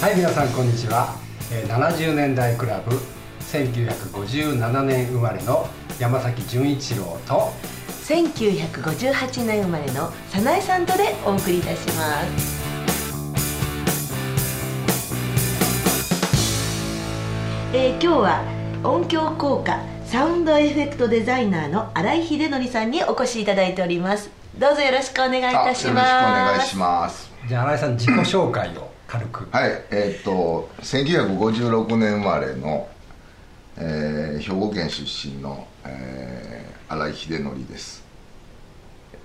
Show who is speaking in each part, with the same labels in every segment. Speaker 1: はい皆さんこんにちは、えー70年代クラブ1957年生まれの山崎純一郎と
Speaker 2: 1958年生まれの早苗さんとでお送りいたしますえー今日は音響効果サウンドエフェクトデザイナーの新井秀則さんにお越しいただいておりますどうぞよろしくお願いい
Speaker 3: あ
Speaker 2: たします
Speaker 3: よろしくお願いし
Speaker 2: ま
Speaker 3: ます
Speaker 1: じゃあ新井さん自己紹介を軽く
Speaker 3: はいえーっと1956年生まれの、えー兵庫県出身の、えー新井秀則です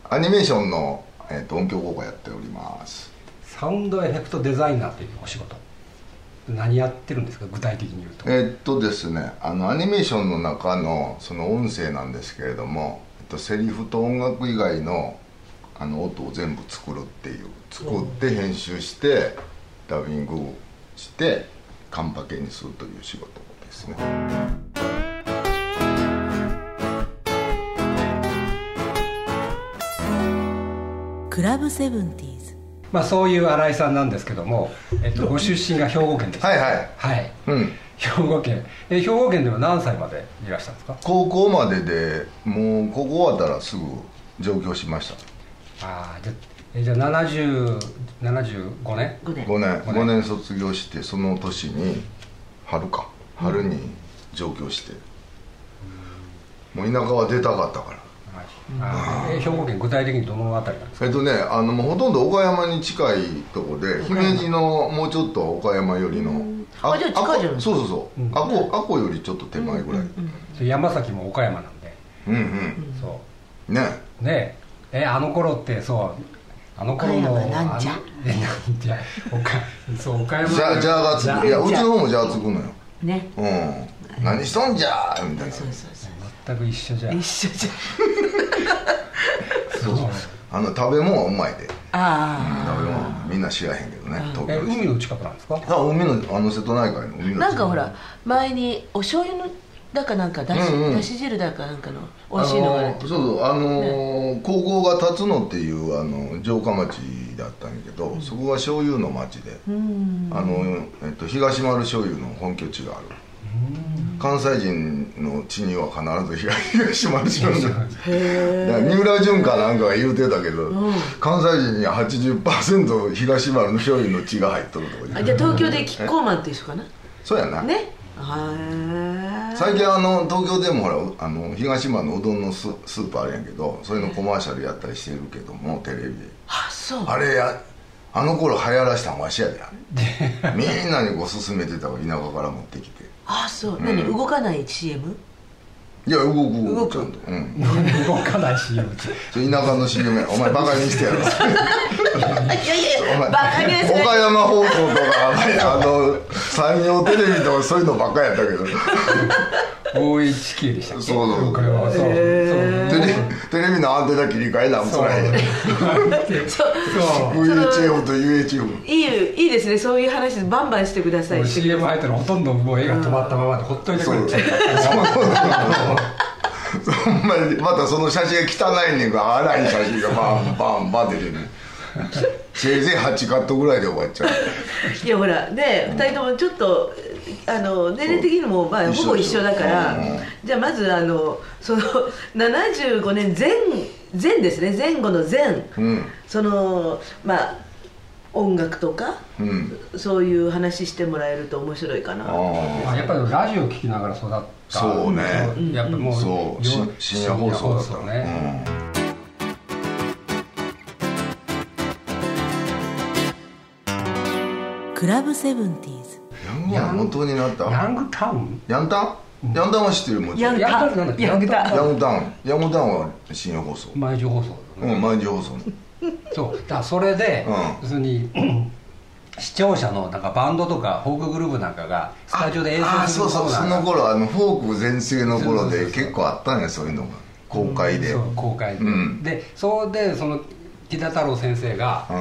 Speaker 3: アニメーションの、えーっと音響効果やっております
Speaker 1: サウンドエフェクトデザイナーというお仕事何やってるんですか具体的に言うと、
Speaker 3: えーっとですねあのアニメーションの中のその音声なんですけれども、えっと、セリフと音楽以外のあの音を全部作るっていう作って編集してダビングしてカンパケにするという仕事ですね
Speaker 2: クラブセブンティーズ
Speaker 1: まあ、そういう新井さんなんですけども、えっと、ご出身が兵庫県です
Speaker 3: はいはい
Speaker 1: はい
Speaker 3: うん
Speaker 1: 兵庫県え兵庫県では何歳までいらしたんですか
Speaker 3: 高校まででもう高校終わったらすぐ上京しまし
Speaker 1: ああじゃあえじゃあ70 75年
Speaker 2: 5年
Speaker 3: た5年
Speaker 1: 五年
Speaker 3: 5年卒業してその年に春か春に上京して、もう田舎は出たかったから
Speaker 1: あーえ兵庫県具体的にどの辺りなんですか
Speaker 3: えっとねあのもうほとんど岡山に近いとこで姫路のもうちょっと岡山寄りの、
Speaker 2: あじゃあ近いじゃない
Speaker 3: こそうそうそう、あこあこよりちょっと手前ぐらい、
Speaker 1: それ山崎も岡山なんで
Speaker 3: うんうん
Speaker 1: そ
Speaker 3: ね
Speaker 1: うねええあの頃ってそうあの頃の
Speaker 2: 岡山なんじゃ
Speaker 1: あえなんじゃ岡そう岡山
Speaker 3: じゃじゃがつ
Speaker 1: じゃ
Speaker 3: くいやうちの方もじゃあつくのよ
Speaker 2: ね
Speaker 3: うん何しとんじゃーみたいな
Speaker 2: そうそうそ
Speaker 1: 全く一緒じゃ
Speaker 2: うん一緒じゃん
Speaker 1: そう
Speaker 3: あの食べ物はうまいで
Speaker 2: あ
Speaker 3: 食べ物みんな知らへんけどね東
Speaker 1: え
Speaker 3: 京で
Speaker 1: 海の近くなんです か
Speaker 3: あ海のあの瀬戸内海の海
Speaker 2: あ
Speaker 3: の
Speaker 2: なんかほら前にお醤油のだかなんかだし、
Speaker 3: うんうん
Speaker 2: だし汁だかなんかの美味しいのがある
Speaker 3: あのそうそうあのー高校が立つのっていうあの城下町だったんやけど、そこが醤油の町で、
Speaker 2: うん
Speaker 3: あの、えっと、東丸醤油の本拠地がある関西人の地には必ず東東丸醤油が
Speaker 2: へえ
Speaker 3: だから三浦淳かなんかが言うてたけど、関西人には80%東丸の醤油の血が入っとるとか言
Speaker 2: あ
Speaker 3: う
Speaker 2: じゃあ東京でキッコーマンと一緒かな
Speaker 3: そうやな、
Speaker 2: ねは
Speaker 3: 最近あの東京でもほらあの東丸のうどんのススーパーあるやんけどそれのコマーシャルやったりしてるけどもテレビで
Speaker 2: あそう
Speaker 3: あれやあの頃流行らしたんわしやであれみんなにこう勧めてたわ田舎から持ってきて
Speaker 2: あそう何、動かない CM
Speaker 3: いや動く
Speaker 2: 動
Speaker 3: 動
Speaker 2: く
Speaker 3: くちゃんと、うん、
Speaker 1: 動かない CM
Speaker 3: それ田舎の CM やお前バカにしてやろ
Speaker 2: あいやいや
Speaker 3: お
Speaker 2: いや
Speaker 3: 前
Speaker 2: バカにはしない
Speaker 3: 岡山方向とかあの山陽テレビとかそういうのばっかやったけど
Speaker 1: 大井地形でしたっけ
Speaker 3: そうそう
Speaker 1: 岡山はそう
Speaker 3: テレ テレビのアンテナ切り替えなん
Speaker 1: そう
Speaker 3: こらへん
Speaker 2: そう
Speaker 1: そう
Speaker 3: VHF と UHF
Speaker 2: いいよいいですねそういう話バンバンしてください
Speaker 1: もう
Speaker 2: って
Speaker 1: CM 入ったらほとんどもう絵が止まったままでほっといてくれちゃ
Speaker 3: ほんまにまたその写真が汚いねんか荒い写真がバンバンバン出てるせいぜい8カットぐらいで終わっちゃう
Speaker 2: いやほらね二人ともちょっとあの年齢的にもまあ
Speaker 3: 一緒
Speaker 2: ほぼ一緒だから、
Speaker 3: うん
Speaker 2: じゃあまずあのその75年前前ですね前後の前、
Speaker 3: うん
Speaker 2: そのまあ音楽とか
Speaker 3: うん
Speaker 2: そういう話してもらえると面白いかな
Speaker 3: あ
Speaker 1: あやっぱりラジオ聞きながら育った
Speaker 3: そうね
Speaker 1: やっぱ
Speaker 3: あ
Speaker 1: もう
Speaker 3: そうし
Speaker 1: よ
Speaker 3: 深夜放送だった
Speaker 1: 深夜放送ね、
Speaker 3: ね、
Speaker 2: クラブセブンティーズ
Speaker 3: うん、ヤングは元になった
Speaker 1: ヤングタウン
Speaker 3: ヤンタンヤンタンは知ってるもち
Speaker 2: ヤ
Speaker 3: ろ
Speaker 2: ン
Speaker 3: ん
Speaker 2: グタ
Speaker 1: ヤングタウンなんだっけ
Speaker 2: ヤングタ
Speaker 3: ヤングタンヤングタンは深夜放送
Speaker 1: 毎日放送だ
Speaker 3: う
Speaker 1: ね、
Speaker 3: ん毎日放送の
Speaker 1: そうだからそれで、
Speaker 3: うん
Speaker 1: 要するに 視聴者のなんかバンドとかフォークグループなんかがスタジオで演奏
Speaker 3: ああ
Speaker 1: す
Speaker 3: そ
Speaker 1: る
Speaker 3: うそうその
Speaker 1: が
Speaker 3: 頃あのフォーク全盛の頃で結構あったんやそういうのが公開で
Speaker 1: そう公開で、
Speaker 3: うん
Speaker 1: でそうでその木田太郎先生が、
Speaker 3: うん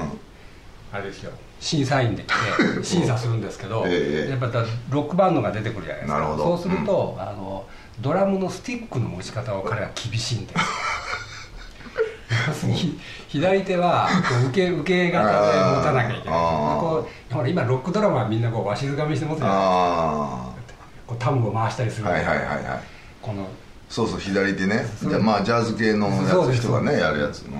Speaker 1: あれですよ審査員で来て 審査するんですけど、
Speaker 3: ええ
Speaker 1: やっぱだロックバンドが出てくるじゃないですか
Speaker 3: なるほど
Speaker 1: そうすると、あ のドラムのスティックの持ち方を彼は厳しいんです要するに左手はこう受け受け型で持たなきゃいけない
Speaker 3: あー
Speaker 1: こうほら今ロックドラマはみんなこうわしづかみして持つじゃない
Speaker 3: あ
Speaker 1: こうタムを回したりす
Speaker 3: あ
Speaker 1: る、
Speaker 3: はいはいはいはい
Speaker 1: この
Speaker 3: そうそう左手ね
Speaker 1: そう
Speaker 3: じゃあまあジャズ系のや
Speaker 1: そうで
Speaker 3: つ
Speaker 1: す
Speaker 3: 人がねやるやつうん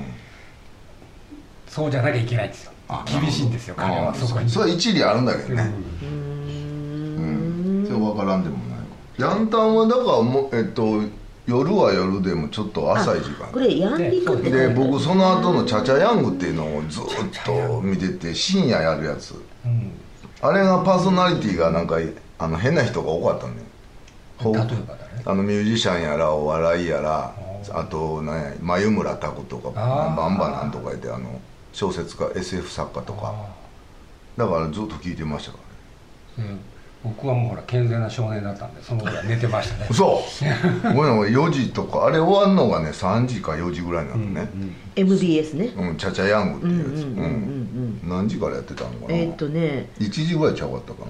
Speaker 1: そうじゃなきゃいけないんですよ
Speaker 3: あ
Speaker 1: 厳しいんですよ
Speaker 3: なる
Speaker 1: 彼
Speaker 3: ほど
Speaker 1: はそこ
Speaker 3: あー
Speaker 1: に
Speaker 3: それは一理あるんだけどね
Speaker 1: うん
Speaker 3: うんそれ分からんでもないヤンタンはだからもうえっと夜は夜でもちょっと浅い時間
Speaker 2: これヤンリクって
Speaker 3: で
Speaker 2: 書いてある
Speaker 3: 僕その後の「チャチャヤング」っていうのをずっと見てて深夜やるやつ
Speaker 1: うん
Speaker 3: あれがパーソナリティがなんかあの変な人が多かったねほう
Speaker 1: 例えばだね
Speaker 3: あのミュージシャンやらお笑いやらあとね眉村拓とか
Speaker 1: あー
Speaker 3: バンバなんとか言ってあの小説家 SF 作家とかだからずっと聞いてましたからね
Speaker 1: うん僕はもうほら健全な少年だったんでその時は寝てま したね
Speaker 3: 嘘ごめんごめん4時とかあれ終わるのがね3時か4時ぐらいなのね
Speaker 2: MBS ね
Speaker 3: うん、チャチャヤングっていうやつ、
Speaker 2: う
Speaker 3: うん
Speaker 2: う
Speaker 3: ん
Speaker 2: んうんうん
Speaker 3: 何時からやってたのかな、
Speaker 2: えーっとね
Speaker 3: 1時ぐらいちゃうかったか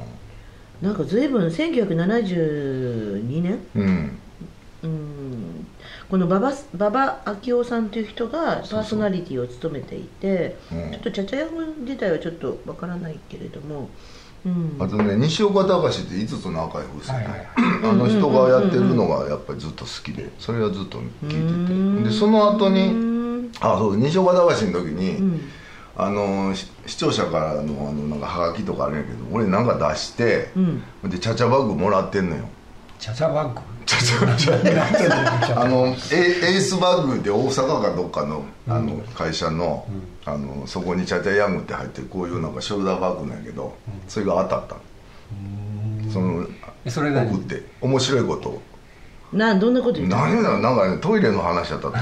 Speaker 3: な
Speaker 2: なんか随分1972年
Speaker 3: うん
Speaker 2: うんこの馬場馬場昭夫さんという人がパーソナリティを務めていて
Speaker 3: うん
Speaker 2: ちょっとチャチャヤン自体はちょっとわからないけれども、うん、
Speaker 3: あとね西岡隆って5つの赤い風船、
Speaker 1: はいはい
Speaker 3: あの人がやってるのがやっぱりずっと好きでそれはずっと聞いててでその後にあそう西岡隆の時に、あのし視聴者からのあのなんかハガキとかあるんやけど俺なんか出して、でチャチャバッグもらってんのよ
Speaker 1: チャチャバッグ
Speaker 3: チャチャバッグあのエエースバッグで大阪かどっかのあの会社の,、あのそこにチャチャヤングって入ってるこういうなんかショルダーバッグなんやけどそれが当たったのその
Speaker 1: え それ何
Speaker 3: 送って面白いことを
Speaker 2: などんなこと言ってる
Speaker 3: 何だろうなんかねトイレの話だ ったと思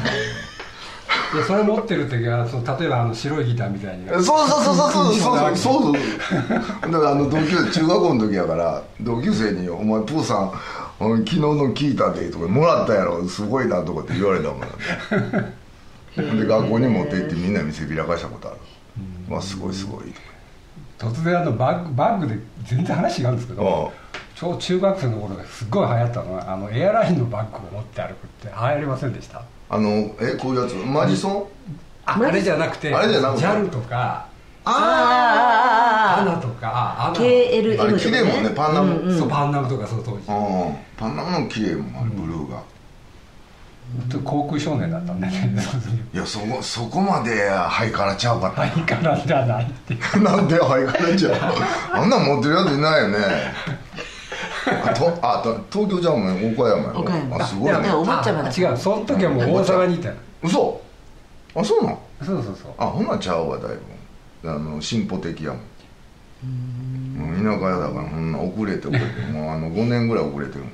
Speaker 1: でそれ持ってる時はその例えばあの白いギターみたいに
Speaker 3: うそうそうそうそうそう
Speaker 1: 空気
Speaker 3: そう
Speaker 1: に
Speaker 3: そうそうだからあの同級生中学校の時やから同級生に「お前プーさんお前昨日の聞いたで」とか「もらったやろすごいな」とかって言われたもんねで学校に持って行ってみんな見せびらかしたことあるまあすごいすごい
Speaker 1: 突然あのバッグバッグで全然話違うんですけど
Speaker 3: あ
Speaker 1: ちょう中学生の頃がすっごい流行ったのはあのエアラインのバッグを持って歩くって流行りませんでした
Speaker 3: あのえこういうやつマジソン
Speaker 1: ああれじゃなくて
Speaker 3: あれじゃなくて
Speaker 1: JAL とか
Speaker 2: あーあーあーあ
Speaker 1: ANA とかあ ANA
Speaker 2: KLM と
Speaker 3: あ
Speaker 2: か
Speaker 3: れ
Speaker 2: ね
Speaker 3: 綺麗もんねパンナムうん
Speaker 1: そうパンナムとかその当時
Speaker 3: パンナムの綺麗もんあれブルーが
Speaker 1: ちょっと航空少年だったんでね
Speaker 3: いやそこそこまでハイカラちゃうかった
Speaker 1: ハイカラじゃないっていう
Speaker 3: なんでハイカラちゃうあんなん持ってるやついないよねあとあと東京じゃんもん岡山やろ
Speaker 2: 岡山
Speaker 3: あすごい
Speaker 2: い
Speaker 3: ね
Speaker 2: やお坊ちゃまだ
Speaker 1: あ違うその時はもう大阪にいたの
Speaker 3: 嘘あそうなん
Speaker 1: そうそうそう
Speaker 3: あほなちゃうわだいぶあの進歩的やもんうん田舎やだからほんな遅れて遅れてもうあの5年ぐらい遅れてるもん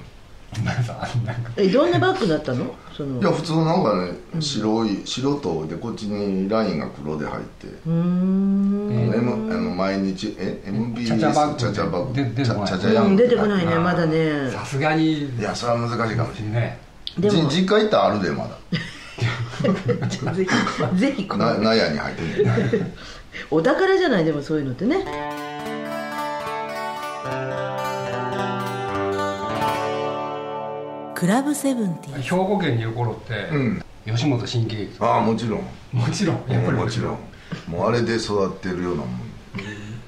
Speaker 1: 皆さん なんか
Speaker 2: えどんなバッグだったのその
Speaker 3: いや普通なんかね白い白とでこっちにラインが黒で入って
Speaker 2: うーん
Speaker 3: あの M あの毎日え MBS
Speaker 1: チ
Speaker 3: チ
Speaker 1: ャ
Speaker 3: ャ
Speaker 1: チ
Speaker 3: チ
Speaker 1: ャ
Speaker 3: ャ
Speaker 1: バッ
Speaker 3: バ
Speaker 1: グ
Speaker 3: ッグチャチャバッグ
Speaker 1: で出て
Speaker 3: チ
Speaker 1: こな
Speaker 3: ャ
Speaker 1: い
Speaker 2: うん出てこな
Speaker 3: チャヤング
Speaker 2: いね
Speaker 1: あー
Speaker 2: まだ ね
Speaker 1: さすがに
Speaker 3: いやそれは難しいかもしれない
Speaker 1: ね
Speaker 2: でも
Speaker 3: じ実家行ったらあるでまだ
Speaker 2: ぜひぜひこの
Speaker 3: な納屋に入ってんねん
Speaker 2: お宝じゃないでもそういうのってねクラブセブンティ
Speaker 1: 兵庫県にいる頃って、
Speaker 3: うん
Speaker 1: 吉本新喜劇
Speaker 3: ああもちろん
Speaker 1: もちろんやっぱり
Speaker 3: もちろんもうあれで育ってるようなもん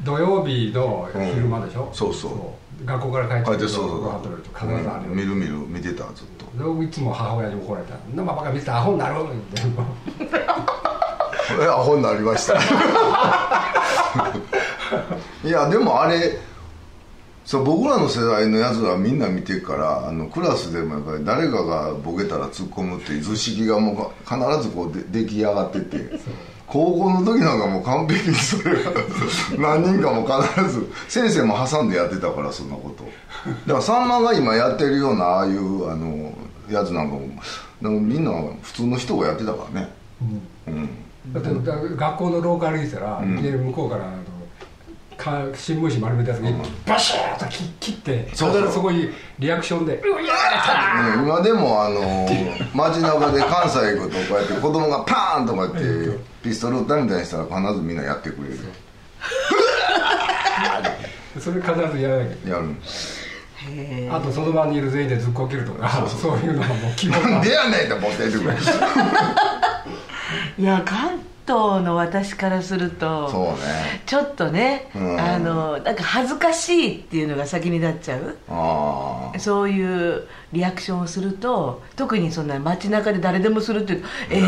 Speaker 1: 土曜日の昼間でしょ、
Speaker 3: うんそうそう
Speaker 1: 学校から帰
Speaker 3: あ
Speaker 1: って
Speaker 3: れ
Speaker 1: く
Speaker 3: で
Speaker 1: る
Speaker 3: そ
Speaker 1: と
Speaker 3: うそう
Speaker 1: ご飯食べると必ずあ
Speaker 3: うん見
Speaker 1: れ
Speaker 3: る見る見てたずっと
Speaker 1: をいつも母親に怒られた「なまバカ見てたアホになる」って
Speaker 3: え アホになりました いやでもあれそう僕らの世代のやつはみんな見てるからあのクラスでもやっぱり誰かがボケたら突っ込むっていう図式がもうか必ずこうで出来上がってて高校の時なんかもう完璧にそれが何人かも必ず先生も挟んでやってたからそんなことだからさんまが今やってるようなああいうあのやつなんかもなんかみんな普通の人がやってたからねうん
Speaker 1: だってだ学校の廊下歩いてたら、いきなり向こうからあのか新聞紙丸めたやつにバシャーッとき切って
Speaker 3: そうそう
Speaker 1: 必ずそこにリアクションで「うわ
Speaker 3: うん今でもあの街中で関西行くとこうやって子供がパーンとかやってピストル撃ったみたいにしたら必ずみんなやってくれる
Speaker 1: それ必ずやらなきゃいけ
Speaker 3: やるん
Speaker 1: ないあとその場にいる全員でずっこけるとかそういうのがもう基本
Speaker 3: な
Speaker 1: だ
Speaker 3: んでやねんって持ってってくれ
Speaker 2: いや関東の私からすると
Speaker 3: そうね
Speaker 2: ちょっとね、
Speaker 3: うん
Speaker 2: あのなんか恥ずかしいっていうのが先になっちゃう
Speaker 3: ああ
Speaker 2: そういうリアクションをすると特にそんな街中で誰でもするっていうえ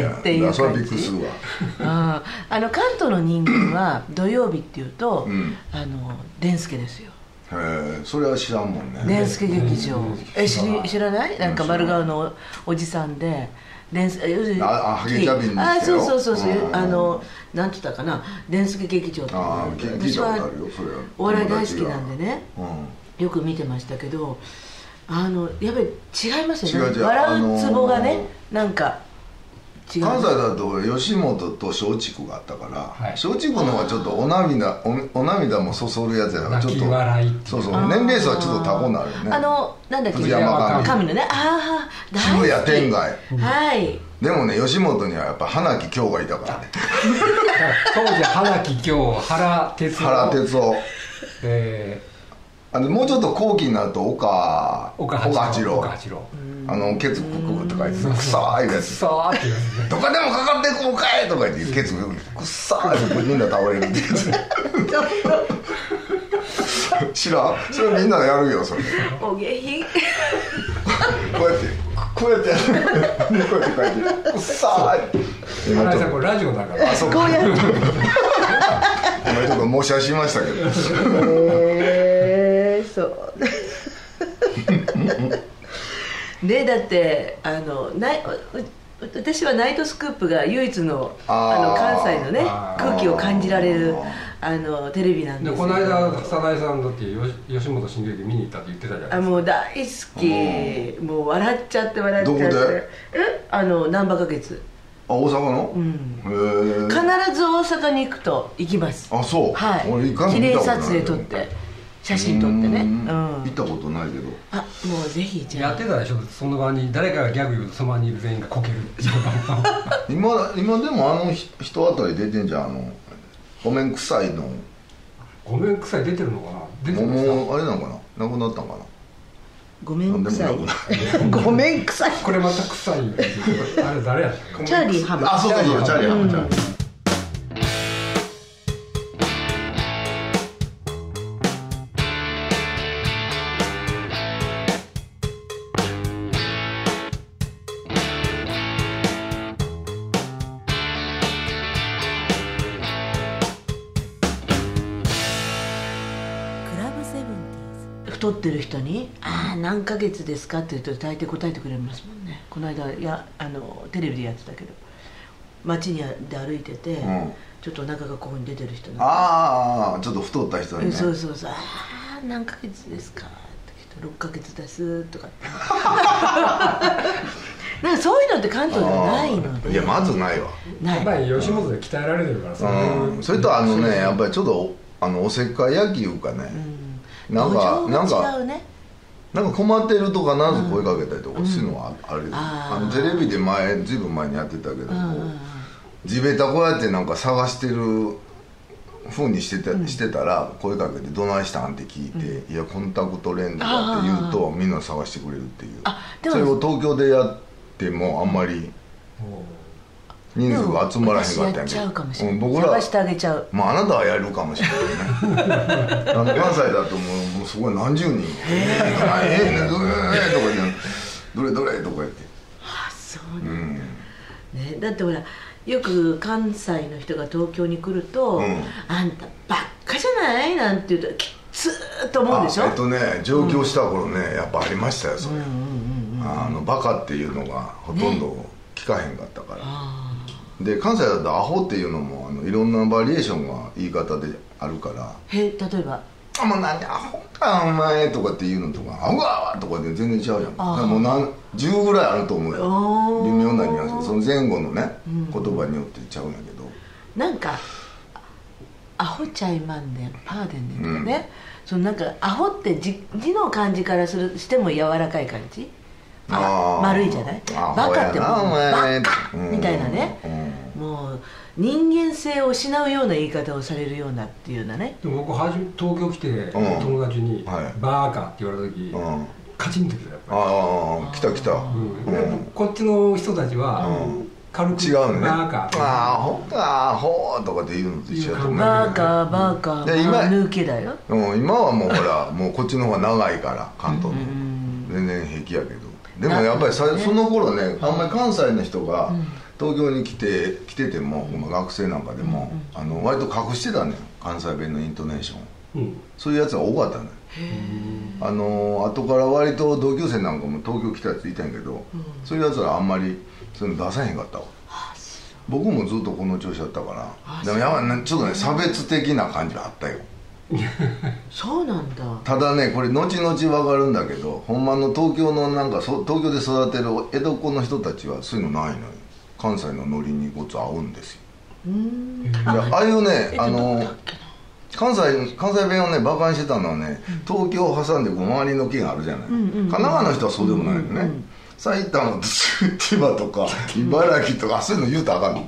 Speaker 2: えー、っていう
Speaker 3: それは
Speaker 2: 感
Speaker 3: びっくり
Speaker 2: じ
Speaker 3: するわ
Speaker 2: うんあの関東の人間 は土曜日っていうと、
Speaker 3: うん
Speaker 2: あのデンスケですよ
Speaker 3: へえそれは知らんもんね
Speaker 2: デンスケ劇場え知り知らないなんか
Speaker 3: 知らない
Speaker 2: 丸顔のおじさんでデンスえ要するに
Speaker 3: ああハゲチャビンの人よ
Speaker 2: あそうそうそうそう
Speaker 3: うん
Speaker 2: あのなんて言ったかなデンスケ劇場っていうのが
Speaker 3: ああ
Speaker 2: っ
Speaker 3: 聞
Speaker 2: て
Speaker 3: い
Speaker 2: 私
Speaker 3: たことあ
Speaker 2: は
Speaker 3: るよそれは
Speaker 2: お笑い大好きなんでね
Speaker 3: うん
Speaker 2: よく見てましたけどあのやっぱり違いますよね
Speaker 3: 違う違う
Speaker 2: 笑
Speaker 3: あの
Speaker 2: う
Speaker 3: ー
Speaker 2: ツボがね、なんか違う
Speaker 3: 関西だと吉本と松竹があったから、
Speaker 1: はい
Speaker 3: 松竹の方はちょっとお涙おお涙もそそるやつやからちょっと
Speaker 1: 泣き笑いっていう
Speaker 3: そうそう
Speaker 2: あー
Speaker 3: 年齢層はちょっとタコになるよね
Speaker 2: あのなんだっけ
Speaker 3: 藤山
Speaker 1: 神
Speaker 2: 神のねああ大好き
Speaker 3: 渋谷天外
Speaker 2: はい
Speaker 3: でもね吉本にはやっぱ花木京がいたからね
Speaker 1: 当時花木京原哲
Speaker 3: 原
Speaker 1: 夫、
Speaker 3: 哲夫
Speaker 1: え
Speaker 3: あのもうちょっと後期になると岡
Speaker 1: ー、岡八郎
Speaker 3: 岡
Speaker 1: 岡
Speaker 3: 八
Speaker 1: 八郎
Speaker 3: 郎あのケツククとか言ってくさーいや
Speaker 1: くっ
Speaker 3: つ
Speaker 1: そーって言うんですね
Speaker 3: どこでもかかってこうかいとか言ってケツククっさーいってみんな倒 れるってやつ知らんそれみんなやるよそれ
Speaker 2: お下品
Speaker 3: こうやってこうやってやるこうやってこう やってくっさーい今
Speaker 1: 花
Speaker 3: ち
Speaker 1: 井さ
Speaker 3: ょっ
Speaker 1: ん
Speaker 3: と
Speaker 1: これラジオだから
Speaker 3: そう
Speaker 2: こうやって
Speaker 3: 今ちょっと模写しましたけど
Speaker 2: えー、そう ねだってあのないうう私はナイトスクープが唯一のあの
Speaker 3: あー
Speaker 2: 関西のね
Speaker 1: あー
Speaker 2: 空気を感じられる
Speaker 3: あ
Speaker 2: あのテレビなんで
Speaker 1: です
Speaker 2: よ
Speaker 1: この間早苗さんだってよ吉本新喜劇見に行ったって言ってたじゃない
Speaker 2: あ
Speaker 1: ですか
Speaker 2: もう大好きもう笑っちゃって笑っちゃって
Speaker 3: どこで
Speaker 2: えあの難波花月
Speaker 3: あ大阪の、
Speaker 2: ん
Speaker 3: へ
Speaker 2: 必
Speaker 3: え
Speaker 2: ず大阪に行くと行きます
Speaker 3: あそう
Speaker 2: はい
Speaker 3: 俺一回も
Speaker 2: 記
Speaker 3: 見た
Speaker 2: 念
Speaker 3: ことない
Speaker 2: 撮影撮って写真撮ってねうん
Speaker 3: 行ったことないけど
Speaker 2: あもうぜひじゃ
Speaker 1: や
Speaker 2: あ
Speaker 1: ってたでしょその場に誰かがギャグ言うとその場にいる全員がこけるっ ていう
Speaker 3: 今今でもあのひ人あたり出てんじゃんあのごめん臭いの
Speaker 1: ごめんくさい出てるのかな出てまし
Speaker 3: もうあれなのかななくなったんかな
Speaker 2: ごめんくさい
Speaker 3: なんでも な
Speaker 2: ごめんくさい
Speaker 1: たこれまたくさいんですよあれ誰やった
Speaker 2: チャーリーハ ム
Speaker 3: あそうそうそうチャーリーハムチャーリーハム
Speaker 2: クラブセブンティーズ太ってる人に「ああ何ヶ月ですか?」って言うと大抵答えてくれますもんねこの間いやあのテレビでやってたけど街にあで歩いてて、
Speaker 3: ん
Speaker 2: ちょっとお腹がここに出てる人なんか
Speaker 3: あーあーちょっと太った人にね
Speaker 2: そうそうそう「ああ何ヶ月ですか?」って聞いて「6ヶ月です」とかって なんかそういうのって関東ではないので
Speaker 3: いやまずないわ
Speaker 2: ない
Speaker 1: やっぱり吉本で鍛えられてるからそう
Speaker 3: う
Speaker 1: い
Speaker 3: ん
Speaker 1: う
Speaker 3: それとあのねやっぱりちょっとあのおせっかい焼きいうかね、なんかなん
Speaker 2: 土壌が違
Speaker 3: か
Speaker 2: うね
Speaker 3: なんか困ってるとかなぜ声かけたりとかするのはああるよ、
Speaker 2: あー
Speaker 3: あのテレビで前ずいぶん前にやってたけど、こ
Speaker 2: う
Speaker 3: う
Speaker 2: んうんうん
Speaker 3: 地べたこうやってなんか探してるふうにしてた,、してたら声かけて「どないしたん?」って聞いて「いやコンタクトレンズだ」って言うとみんな探してくれるっていう
Speaker 2: あでも
Speaker 3: それを東京でやってもあんまり人数が集まらへんかった
Speaker 2: でも私やっ
Speaker 3: ん
Speaker 2: ちゃうかもしれ
Speaker 3: う
Speaker 2: ない
Speaker 3: ん僕ら
Speaker 2: 探してあげちゃう
Speaker 3: まあ、あなたはやるかもしれないねあの関西だともうもうすごい何十人「ええええどれどれ」とか言って「どれどれ」とか言って
Speaker 2: あそう
Speaker 3: う
Speaker 2: ね,、
Speaker 3: ん
Speaker 2: ねだってほらよく関西の人が東京に来ると「
Speaker 3: ん
Speaker 2: あんたばっかじゃない?」なんて言うときっつーっと思うでしょ
Speaker 3: あえっとね上京した頃ねやっぱありましたよそれ、あのバカっていうのがほとんど聞かへんかったから、で関西だとアホっていうのもあのいろんなバリエーションが言い方であるから
Speaker 2: へ例えば
Speaker 3: あもう何アホかお前とかっていうのとか「あうわー」とかで全然違うじゃんだからもう何10ぐらいあると思うよ
Speaker 2: おー
Speaker 3: 微妙なニュアンスその前後のね、言葉によってちゃうんやけど
Speaker 2: なんか「アホちゃいまんねんパーでんねん」とかね、そのなんか「アホ」って字字の感じからするしても柔らかい感じ
Speaker 3: あー
Speaker 2: 丸いじゃない
Speaker 3: ア
Speaker 2: バ
Speaker 3: ホ
Speaker 2: カ
Speaker 3: や
Speaker 2: ってもう
Speaker 3: なお前
Speaker 2: バカみたいなね、もう人間性を失うような言い方をされるようなっていうようなね
Speaker 1: でも僕はじめ東京来て
Speaker 3: うん
Speaker 1: 友達に
Speaker 3: はい
Speaker 1: 「バーカ」って言われた時
Speaker 3: うん
Speaker 1: カチンときたやっぱ
Speaker 3: ああ来た来た、
Speaker 1: り、うんでこっちの人たちは、軽く
Speaker 3: 違うのね
Speaker 1: なんか
Speaker 3: ああほかあほーとかって言うのと一緒だと思う
Speaker 2: バーカーバーカ
Speaker 3: いや
Speaker 2: ー
Speaker 3: 今
Speaker 2: 今抜けだよ
Speaker 3: うん今はもうほらもうこっちの方が長いから関東の方全然平気やけどでもやっぱりさ、その頃ねあんまり関西の人が東京に来て来てても、まあ学生なんかでも、あの割と隠してたね関西弁のイントネーションを
Speaker 1: うん
Speaker 3: そういうやつが多かったねあの後から割と同級生なんかも東京来たやついたんやけど、そういうやつらあんまりそういうの出さへんかったわ僕もずっとこの調子だったからでもやばいなちょっとね差別的な感じはあったよ
Speaker 2: そうなんだ
Speaker 3: ただねこれ後々分かるんだけどほんまの東京のなんかそ東京で育てる江戸っ子の人たちはそういうのないのよ関西のノリにごつ合うんですよ
Speaker 2: うーん
Speaker 3: でああいうね
Speaker 2: えっと
Speaker 3: あ
Speaker 2: ど
Speaker 3: の
Speaker 2: こだっけな
Speaker 3: 関西関西弁をね馬鹿にしてたのはね東京を挟んでこう周りの県あるじゃない、
Speaker 2: んうんうん
Speaker 3: 神奈川の人はそうでもないのね、埼玉と千葉とか茨城とかそういうの言うたらあかん の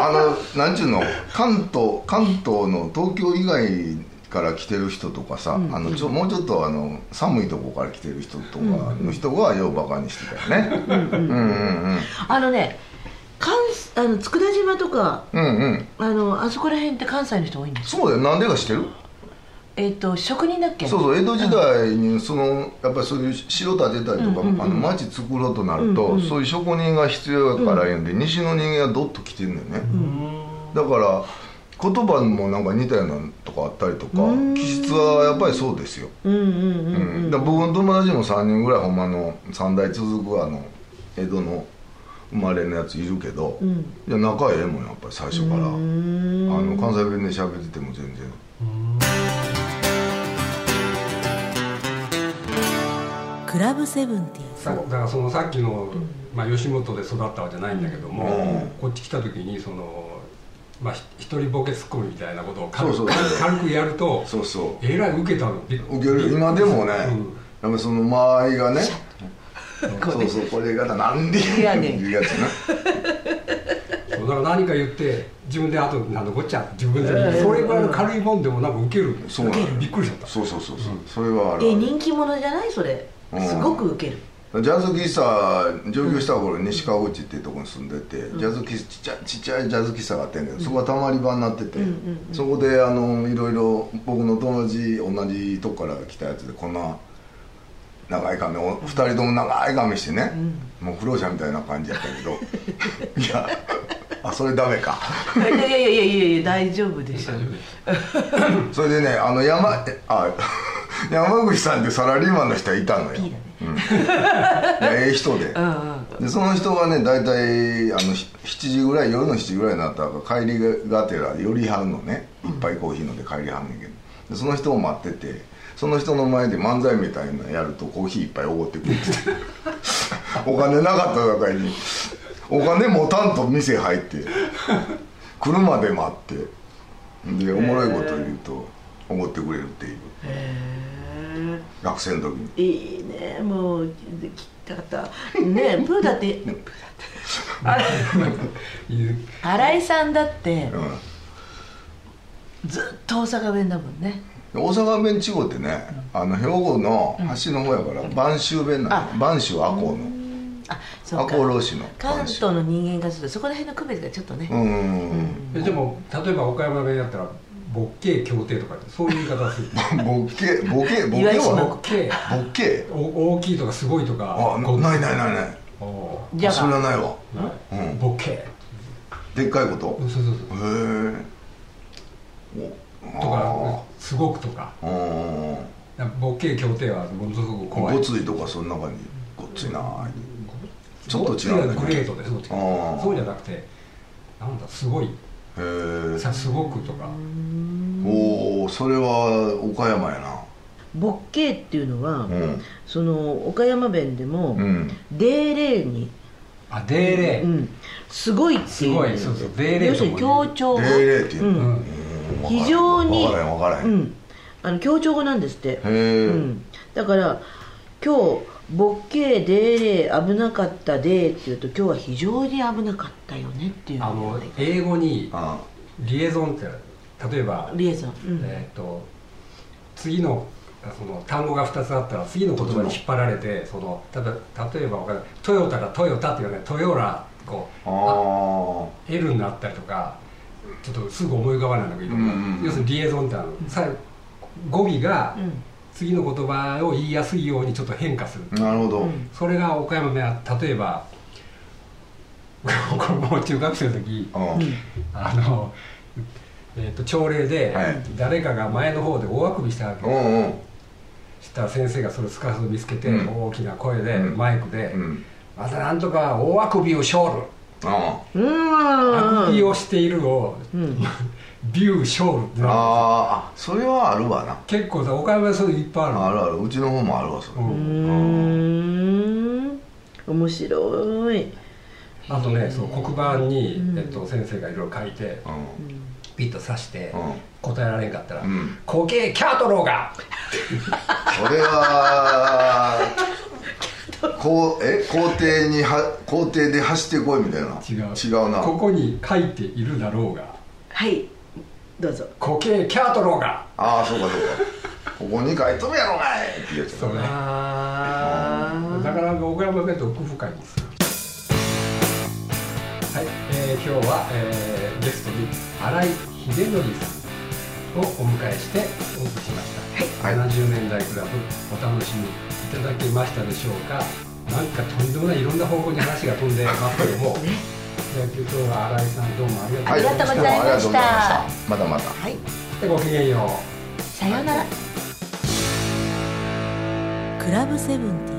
Speaker 3: あのなんちゅうの関東関東の東京以外から来てる人とかさ、あのちょもうちょっとあの寒いとこから来てる人とかの人がようバカにしてたよねうんうんうん
Speaker 2: あのね関西あの佃島とか
Speaker 3: うんうん
Speaker 2: あのあそこら辺って関西の人多いんですよ
Speaker 3: そうだよなんでか知ってる
Speaker 2: えっ、と職人だっけ
Speaker 3: そうそう江戸時代にそのやっぱりそういう城建てたりとか、あの町作ろうとなると、そういう職人が必要やからいうんで、西の人間はどっと来てるんだよね、だから言葉もなんか似たようなのとかあったりとか気質はやっぱりそうですよ、
Speaker 2: うんうんうん
Speaker 3: うんだから僕の友達も3人ぐらいほんまの3代続くあの江戸の生まれのやついるけど、いや仲ええもんやっぱり最初から、あの関西弁で喋ってても全然。
Speaker 2: クラブセブンティー
Speaker 1: さだからそのさっきの、まあ、吉本で育ったわけじゃないんだけども、
Speaker 3: うん
Speaker 1: こっち来た時にその、まあ、ひ一人ボケツッコミみたいなことを軽く
Speaker 3: そうそうそう
Speaker 1: 軽くやると
Speaker 3: そうそう
Speaker 1: えらい受けたのび
Speaker 3: 受ける今でもね、
Speaker 1: うん
Speaker 3: やっぱその間合いがね
Speaker 2: こ
Speaker 3: そう
Speaker 2: れ
Speaker 3: そうこれがなんで
Speaker 2: やねん
Speaker 3: いうやつな
Speaker 1: そうだから何か言って自分であと何のこっちゃって自分で言うそれぐらいの軽いもんでもなんか受ける
Speaker 3: そうなのよ
Speaker 1: びっくりしちゃった
Speaker 3: そうそうそうそう、それはある
Speaker 2: え人気者じゃないそれ
Speaker 3: うん
Speaker 2: すごくウケる
Speaker 3: ジャズ喫茶上京した頃西川口っていうところに住んでて、ジャズ喫ちっちゃいちっちゃいジャズ喫茶があってんけど、そこがたまり場になってて、そこであのいろいろ僕の友達同じとこから来たやつでこんな長い髪を2人とも長い髪してね、もう不老者みたいな感じやったけど いやあそれダメか
Speaker 2: いやいやいやいやいや大丈夫でしょ
Speaker 3: それでねあの山えあ 山口さんってサラリーマンの人はいたのよ、
Speaker 2: いいだね
Speaker 3: いやええ 人で
Speaker 2: うんうん
Speaker 3: でその人がね大体あのひ7時ぐらい夜の7時ぐらいになったら帰りがてら寄りはるのねいっぱいコーヒー飲んで帰りはんねんけどでその人を待っててその人の前で漫才みたいなのやるとコーヒーいっぱいおごってく れててお金なかった中にお金持たんと店入って車で待ってでおもろいこと言うとおごってくれるっていう
Speaker 2: へ
Speaker 3: 学生の時に
Speaker 2: えいいねもう切ったかったねえプーだってプーだってあれ
Speaker 1: いう
Speaker 2: 新井さんだって
Speaker 3: うん
Speaker 2: ずっと大阪弁だもんね
Speaker 3: 大阪弁地方ってねあの兵庫の橋の方やから播州弁なの播州赤穂の
Speaker 2: あそ
Speaker 3: 赤
Speaker 2: うか
Speaker 3: 穂浪士の
Speaker 2: 関
Speaker 3: 播州
Speaker 2: 東の人間からするとそこら辺の区別がちょっとね、
Speaker 3: うんうん
Speaker 1: えでも例えば岡山弁やったら「ボッケー協定」とかってそういう言い方す る
Speaker 3: うんボケボケボケ
Speaker 2: いわゆるそ
Speaker 1: ボ
Speaker 2: の
Speaker 3: は
Speaker 1: ッケー
Speaker 3: ボケ
Speaker 1: お大きいとかすごいとか
Speaker 3: あなないないないない
Speaker 1: おー
Speaker 2: じゃあ
Speaker 3: それはないわ
Speaker 1: ない
Speaker 3: うん
Speaker 1: ボッケ
Speaker 3: でっかいこと
Speaker 1: ーそうそうそう
Speaker 3: へえ
Speaker 1: とかすごくとか
Speaker 3: おうん
Speaker 1: ボッケー協定はものすごく怖い
Speaker 3: ごついとかその中にごっついなあちょっと違うんだ
Speaker 1: グレートです
Speaker 3: あー
Speaker 1: そうじゃなくてなんだすごい
Speaker 3: へえ
Speaker 1: さすごくとか
Speaker 3: おおそれは岡山やな
Speaker 2: ボッケーっていうのは、
Speaker 3: うん
Speaker 2: その岡山弁でも、
Speaker 3: うん
Speaker 2: デーレーに、
Speaker 1: あデーレ
Speaker 2: う
Speaker 1: ー
Speaker 2: ん、すごいって
Speaker 1: す
Speaker 2: いう
Speaker 1: ごいそうそうデーレ
Speaker 2: 要
Speaker 1: ー
Speaker 2: す
Speaker 1: と
Speaker 2: るに
Speaker 1: も
Speaker 2: 強
Speaker 1: 言う
Speaker 2: 調
Speaker 3: 霊
Speaker 2: 語
Speaker 3: 霊っていう
Speaker 1: う
Speaker 3: の
Speaker 1: ん
Speaker 3: うん
Speaker 2: 非常に
Speaker 3: 分からへん分からへん、
Speaker 2: うん、あの強調語なんですって
Speaker 3: へえ、
Speaker 2: うん、だから今日ボッケーデーレー危なかったデーっていうと今日は非常に危なかったよねっていう
Speaker 1: あの英語に
Speaker 3: あ
Speaker 1: リエゾンって例えば
Speaker 2: リエゾン、うん
Speaker 1: えっと次のその単語が2つあったら次の言葉に引っ張られてそのただ例えばわかんないトヨタがトヨタって言わないトヨラこう
Speaker 3: あ
Speaker 1: L になったりとかちょっとすぐ思い浮かばないのがいろんな、
Speaker 3: うんうんうん
Speaker 1: 要するにリエゾンってあの最後語尾が
Speaker 2: うん
Speaker 1: 次の言葉を言いやすいようにちょっと変化する、
Speaker 3: あなるほど、
Speaker 2: うん
Speaker 1: それが岡山は例えば これもう中学生の時
Speaker 3: あ
Speaker 1: あの、えっと朝礼で
Speaker 3: はい
Speaker 1: 誰かが前の方で大あくびしたわけ、
Speaker 3: うんうん
Speaker 1: した先生がそれをすかさず見つけて、
Speaker 3: うん
Speaker 1: 大きな声で、
Speaker 3: うん
Speaker 1: マイクで、
Speaker 3: うん
Speaker 1: またなんとか大あくびをしょ
Speaker 3: あ
Speaker 2: うん
Speaker 1: る、あくび
Speaker 2: うん
Speaker 1: をしているを、
Speaker 2: ん
Speaker 1: ビューしょるって
Speaker 3: あ
Speaker 1: な
Speaker 3: あそれはあるわな
Speaker 1: 結構さ岡山はそういうのいっぱいある
Speaker 3: あるあるうちの方もあるわそれ、
Speaker 1: うん
Speaker 2: うん面白い
Speaker 1: あとねそう黒板に、
Speaker 2: うん
Speaker 1: えっと、先生がいろいろ書いて
Speaker 3: うん
Speaker 1: ピッと刺して、
Speaker 3: うん
Speaker 1: 答えられんかったら
Speaker 3: うん
Speaker 1: 「コケキャトロが!」
Speaker 3: 俺はこうえ校庭には校庭で走ってこいみたいな
Speaker 1: 違う
Speaker 3: 違うな
Speaker 1: ここに書いているだろうが
Speaker 2: はいどうぞ
Speaker 1: 「コケキャトロが!
Speaker 3: ああそうかそうかここに書いとるやろがいって言うや」つ
Speaker 1: そうね
Speaker 2: あ
Speaker 1: だから岡山弁と奥深いんですよはい、えー今日は、えーゲストに新井秀則さんをお迎えしてお送りしました、
Speaker 3: はい
Speaker 1: 70年代クラブお楽しみいただけましたでしょうかなんかとんでもないいろんな方向に話が飛んでますけど も、ね、今日は新井さんどうもありがとうございました、
Speaker 3: はい
Speaker 4: ありがとうございました
Speaker 3: どうもありがとうございましたまたまた
Speaker 2: はい
Speaker 1: でごきげんよう
Speaker 4: さようなら
Speaker 2: クラブセブンティー